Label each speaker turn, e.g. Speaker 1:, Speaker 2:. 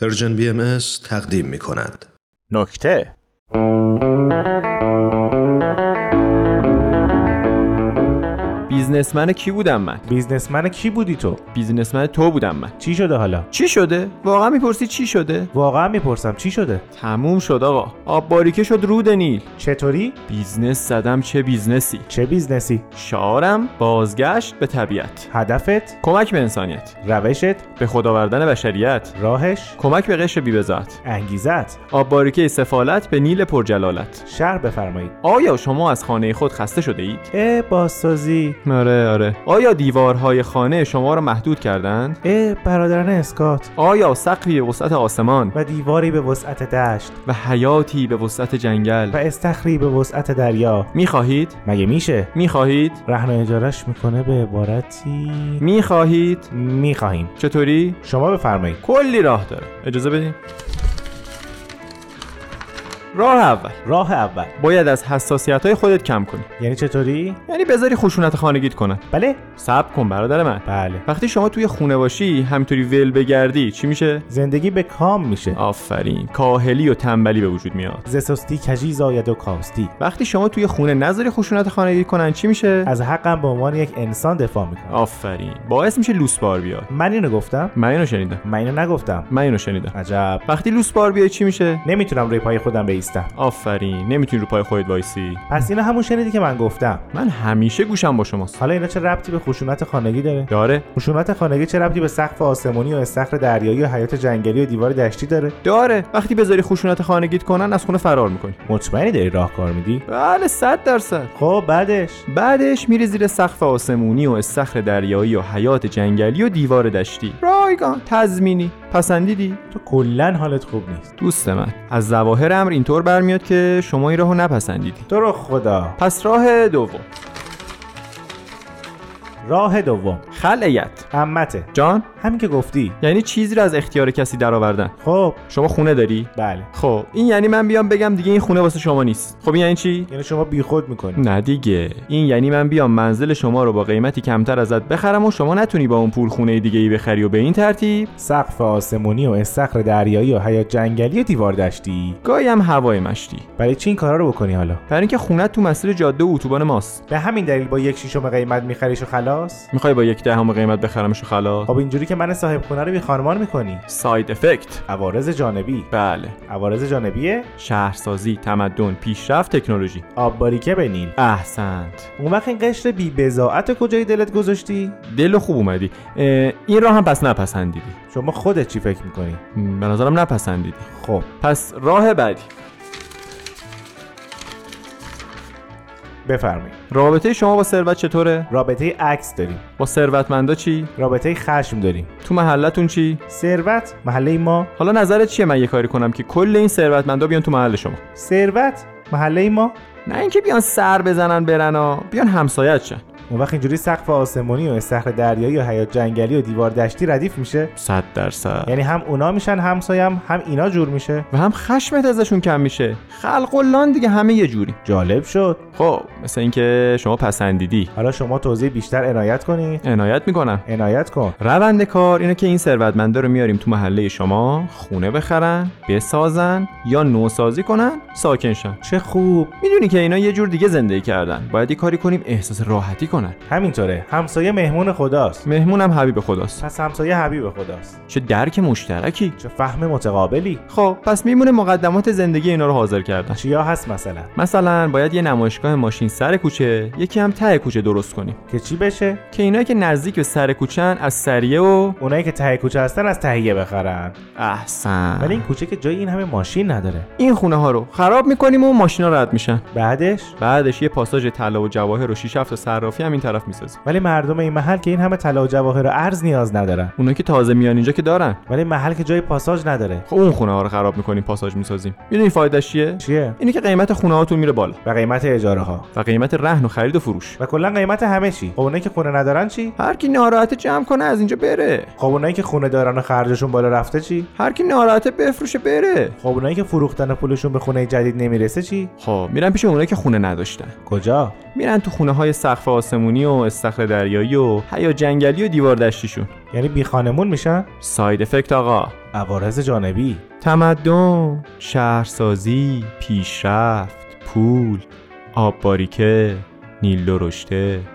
Speaker 1: پرژن بی ام از تقدیم می کند.
Speaker 2: نکته
Speaker 3: بیزنسمن کی بودم من
Speaker 2: بیزنسمن کی بودی تو
Speaker 3: بیزنسمن تو بودم من
Speaker 2: چی شده حالا
Speaker 3: چی شده واقعا میپرسی چی شده
Speaker 2: واقعا میپرسم چی شده
Speaker 3: تموم شد آقا آب باریکه شد رود نیل
Speaker 2: چطوری
Speaker 3: بیزنس زدم چه بیزنسی
Speaker 2: چه بیزنسی
Speaker 3: شعارم بازگشت به طبیعت
Speaker 2: هدفت
Speaker 3: کمک به انسانیت
Speaker 2: روشت
Speaker 3: به خداوردن بشریت
Speaker 2: راهش
Speaker 3: کمک به قشر بیبزات
Speaker 2: انگیزت
Speaker 3: آب باریکه سفالت به نیل پرجلالت
Speaker 2: شهر بفرمایید
Speaker 3: آیا شما از خانه خود خسته شده اید؟
Speaker 2: اه بازسازی
Speaker 3: آره آره آیا دیوارهای خانه شما را محدود کردند؟
Speaker 2: اه برادران اسکات
Speaker 3: آیا سقفی به وسعت آسمان
Speaker 2: و دیواری به وسعت دشت
Speaker 3: و حیاتی به وسعت
Speaker 2: و
Speaker 3: جنگل
Speaker 2: استخری به وسعت دریا
Speaker 3: میخواهید؟
Speaker 2: مگه میشه
Speaker 3: میخواهید؟
Speaker 2: رهن اجارش میکنه به عبارتی
Speaker 3: میخواهید؟
Speaker 2: میخواهیم
Speaker 3: چطوری؟
Speaker 2: شما بفرمایید
Speaker 3: کلی راه داره اجازه بدین راه اول
Speaker 2: راه اول
Speaker 3: باید از حساسیت های خودت کم کنی
Speaker 2: یعنی چطوری
Speaker 3: یعنی بذاری خشونت خانگیت کنن
Speaker 2: بله
Speaker 3: صبر کن برادر من
Speaker 2: بله
Speaker 3: وقتی شما توی خونه باشی همینطوری ول بگردی چی میشه
Speaker 2: زندگی به کام میشه
Speaker 3: آفرین کاهلی و تنبلی به وجود میاد
Speaker 2: زسستی کجی زاید و کاستی
Speaker 3: وقتی شما توی خونه نذاری خشونت خانگی کنن چی میشه
Speaker 2: از حقم به عنوان یک انسان دفاع میکنم
Speaker 3: آفرین باعث میشه لوس بار بیاد
Speaker 2: من اینو گفتم
Speaker 3: من اینو شنیدم
Speaker 2: من اینو نگفتم
Speaker 3: من اینو شنیدم
Speaker 2: عجب
Speaker 3: وقتی لوس بار بیای چی میشه
Speaker 2: نمیتونم روی پای خودم بیستم
Speaker 3: آفرین نمیتونی رو پای خودت وایسی
Speaker 2: پس اینا همون شنیدی که من گفتم
Speaker 3: من همیشه گوشم با شماست
Speaker 2: حالا اینا چه ربطی به خشونت خانگی داره
Speaker 3: داره
Speaker 2: خشونت خانگی چه ربطی به سقف آسمانی و استخر دریایی و حیات جنگلی و دیوار دشتی داره
Speaker 3: داره وقتی بذاری خشونت خانگیت کنن از خونه فرار میکنی
Speaker 2: مطمئنی داری راه کار میدی
Speaker 3: بله صد درصد
Speaker 2: خب بعدش
Speaker 3: بعدش میری زیر سقف آسمونی و استخر دریایی و حیات جنگلی و دیوار دشتی رایگان تضمینی پسندیدی
Speaker 2: تو کلا حالت خوب نیست
Speaker 3: دوست من از ظواهر امر اینطور برمیاد که شما این راهو نپسندیدی
Speaker 2: تو رو خدا
Speaker 3: پس راه دوم
Speaker 2: راه دوم
Speaker 3: خلعیت
Speaker 2: عمته
Speaker 3: جان
Speaker 2: همین که گفتی
Speaker 3: یعنی چیزی رو از اختیار کسی درآوردن
Speaker 2: خب
Speaker 3: شما خونه داری
Speaker 2: بله
Speaker 3: خب این یعنی من بیام بگم دیگه این خونه واسه شما نیست خب این یعنی چی
Speaker 2: یعنی شما بیخود میکنی
Speaker 3: نه دیگه این یعنی من بیام منزل شما رو با قیمتی کمتر ازت بخرم و شما نتونی با اون پول خونه دیگه ای بخری و به این ترتیب
Speaker 2: سقف آسمونی و استخر دریایی و حیات جنگلی و دیوار دشتی
Speaker 3: گاهی هم هوای مشتی
Speaker 2: برای چی این کارا رو بکنی حالا
Speaker 3: برای اینکه خونت تو مسیر جاده و اتوبان ماست
Speaker 2: به همین دلیل با یک شیشم قیمت میخریش و خلاص
Speaker 3: میخوای با یک دهم قیمت بخرمش و خلاص
Speaker 2: خب اینجوری که من صاحب خونه رو بی خانمان میکنی
Speaker 3: ساید افکت
Speaker 2: عوارض جانبی
Speaker 3: بله
Speaker 2: عوارض جانبیه
Speaker 3: شهرسازی تمدن پیشرفت تکنولوژی
Speaker 2: آب باریکه به نیل
Speaker 3: احسنت
Speaker 2: اون وقت این قشر بی بزاعت رو کجای دلت گذاشتی
Speaker 3: دل خوب اومدی اه، این راه هم پس نپسندیدی
Speaker 2: شما خودت چی فکر میکنی
Speaker 3: م، به نظرم نپسندیدی
Speaker 2: خب
Speaker 3: پس راه بعدی
Speaker 2: بفرمایید
Speaker 3: رابطه شما با ثروت چطوره
Speaker 2: رابطه عکس داریم
Speaker 3: با ثروتمندا چی
Speaker 2: رابطه خشم داریم
Speaker 3: تو محلتون چی
Speaker 2: ثروت محله ما
Speaker 3: حالا نظرت چیه من یه کاری کنم که کل این ثروتمندا بیان تو محل شما
Speaker 2: ثروت محله ما
Speaker 3: نه اینکه بیان سر بزنن برن ها بیان همسایت شن
Speaker 2: اون وقت اینجوری سقف آسمانی و استخر دریایی و حیات جنگلی و دیوار دشتی ردیف میشه
Speaker 3: صد درصد
Speaker 2: یعنی هم اونا میشن همسایم هم اینا جور میشه
Speaker 3: و هم خشمت ازشون کم میشه خلق اللان دیگه همه یه جوری
Speaker 2: جالب شد
Speaker 3: خب مثل اینکه شما پسندیدی
Speaker 2: حالا شما توضیح بیشتر عنایت کنید
Speaker 3: عنایت میکنم
Speaker 2: عنایت کن
Speaker 3: روند کار اینه که این ثروتمندا رو میاریم تو محله شما خونه بخرن بسازن یا نوسازی کنن ساکن شن
Speaker 2: چه خوب
Speaker 3: میدونی که اینا یه جور دیگه زندگی کردن باید یه کاری کنیم احساس راحتی کنن
Speaker 2: همینطوره همسایه مهمون خداست
Speaker 3: مهمونم حبیب خداست
Speaker 2: پس همسایه حبیب خداست
Speaker 3: چه درک مشترکی
Speaker 2: چه فهم متقابلی
Speaker 3: خب پس میمونه مقدمات زندگی اینا رو حاضر کردن
Speaker 2: چیا هست مثلا
Speaker 3: مثلا باید یه نمایشگاه ماشین سر کوچه یکی هم ته کوچه درست کنیم
Speaker 2: که چی بشه
Speaker 3: که اینایی که نزدیک به سر کوچن از سریه و
Speaker 2: اونایی که ته کوچه هستن از تهیه بخرن ولی
Speaker 3: احسن
Speaker 2: این کوچه که جای این همه ماشین نداره
Speaker 3: این خونه ها رو خراب میکنیم و ماشینا رد میشن
Speaker 2: بعدش
Speaker 3: بعدش یه پاساژ طلا و جواهر و شیش هفت و صرافی هم این طرف میسازیم
Speaker 2: ولی مردم این محل که این همه طلا و جواهر و ارز نیاز ندارن
Speaker 3: اونایی که تازه میان اینجا که دارن
Speaker 2: ولی محل که جای پاساژ نداره
Speaker 3: خب اون خونه ها رو خراب میکنیم پاساژ میسازیم میدونی فایدهش چیه
Speaker 2: چیه
Speaker 3: اینه که قیمت خونه هاتون میره بالا
Speaker 2: و قیمت اجاره ها
Speaker 3: و قیمت رهن و خرید و فروش
Speaker 2: و کلا قیمت همه چی خب اونایی که خونه ندارن چی
Speaker 3: هر کی ناراحته جمع کنه از اینجا بره
Speaker 2: خب اونایی که خونه دارن و خرجشون بالا رفته چی
Speaker 3: هر کی ناراحته بفروشه بره
Speaker 2: خب اونایی که فروختن پولشون به خونه جدید نمیرسه چی
Speaker 3: خب میرن پیش اونایی که خونه نداشتن
Speaker 2: کجا
Speaker 3: میرن تو خونه های سقف آسمونی و استخر دریایی و حیا جنگلی و دیوار دشتیشون
Speaker 2: یعنی بی خانمون میشن
Speaker 3: ساید افکت آقا
Speaker 2: عوارض جانبی
Speaker 3: تمدن شهرسازی پیشرفت پول آب باریکه نیل درشته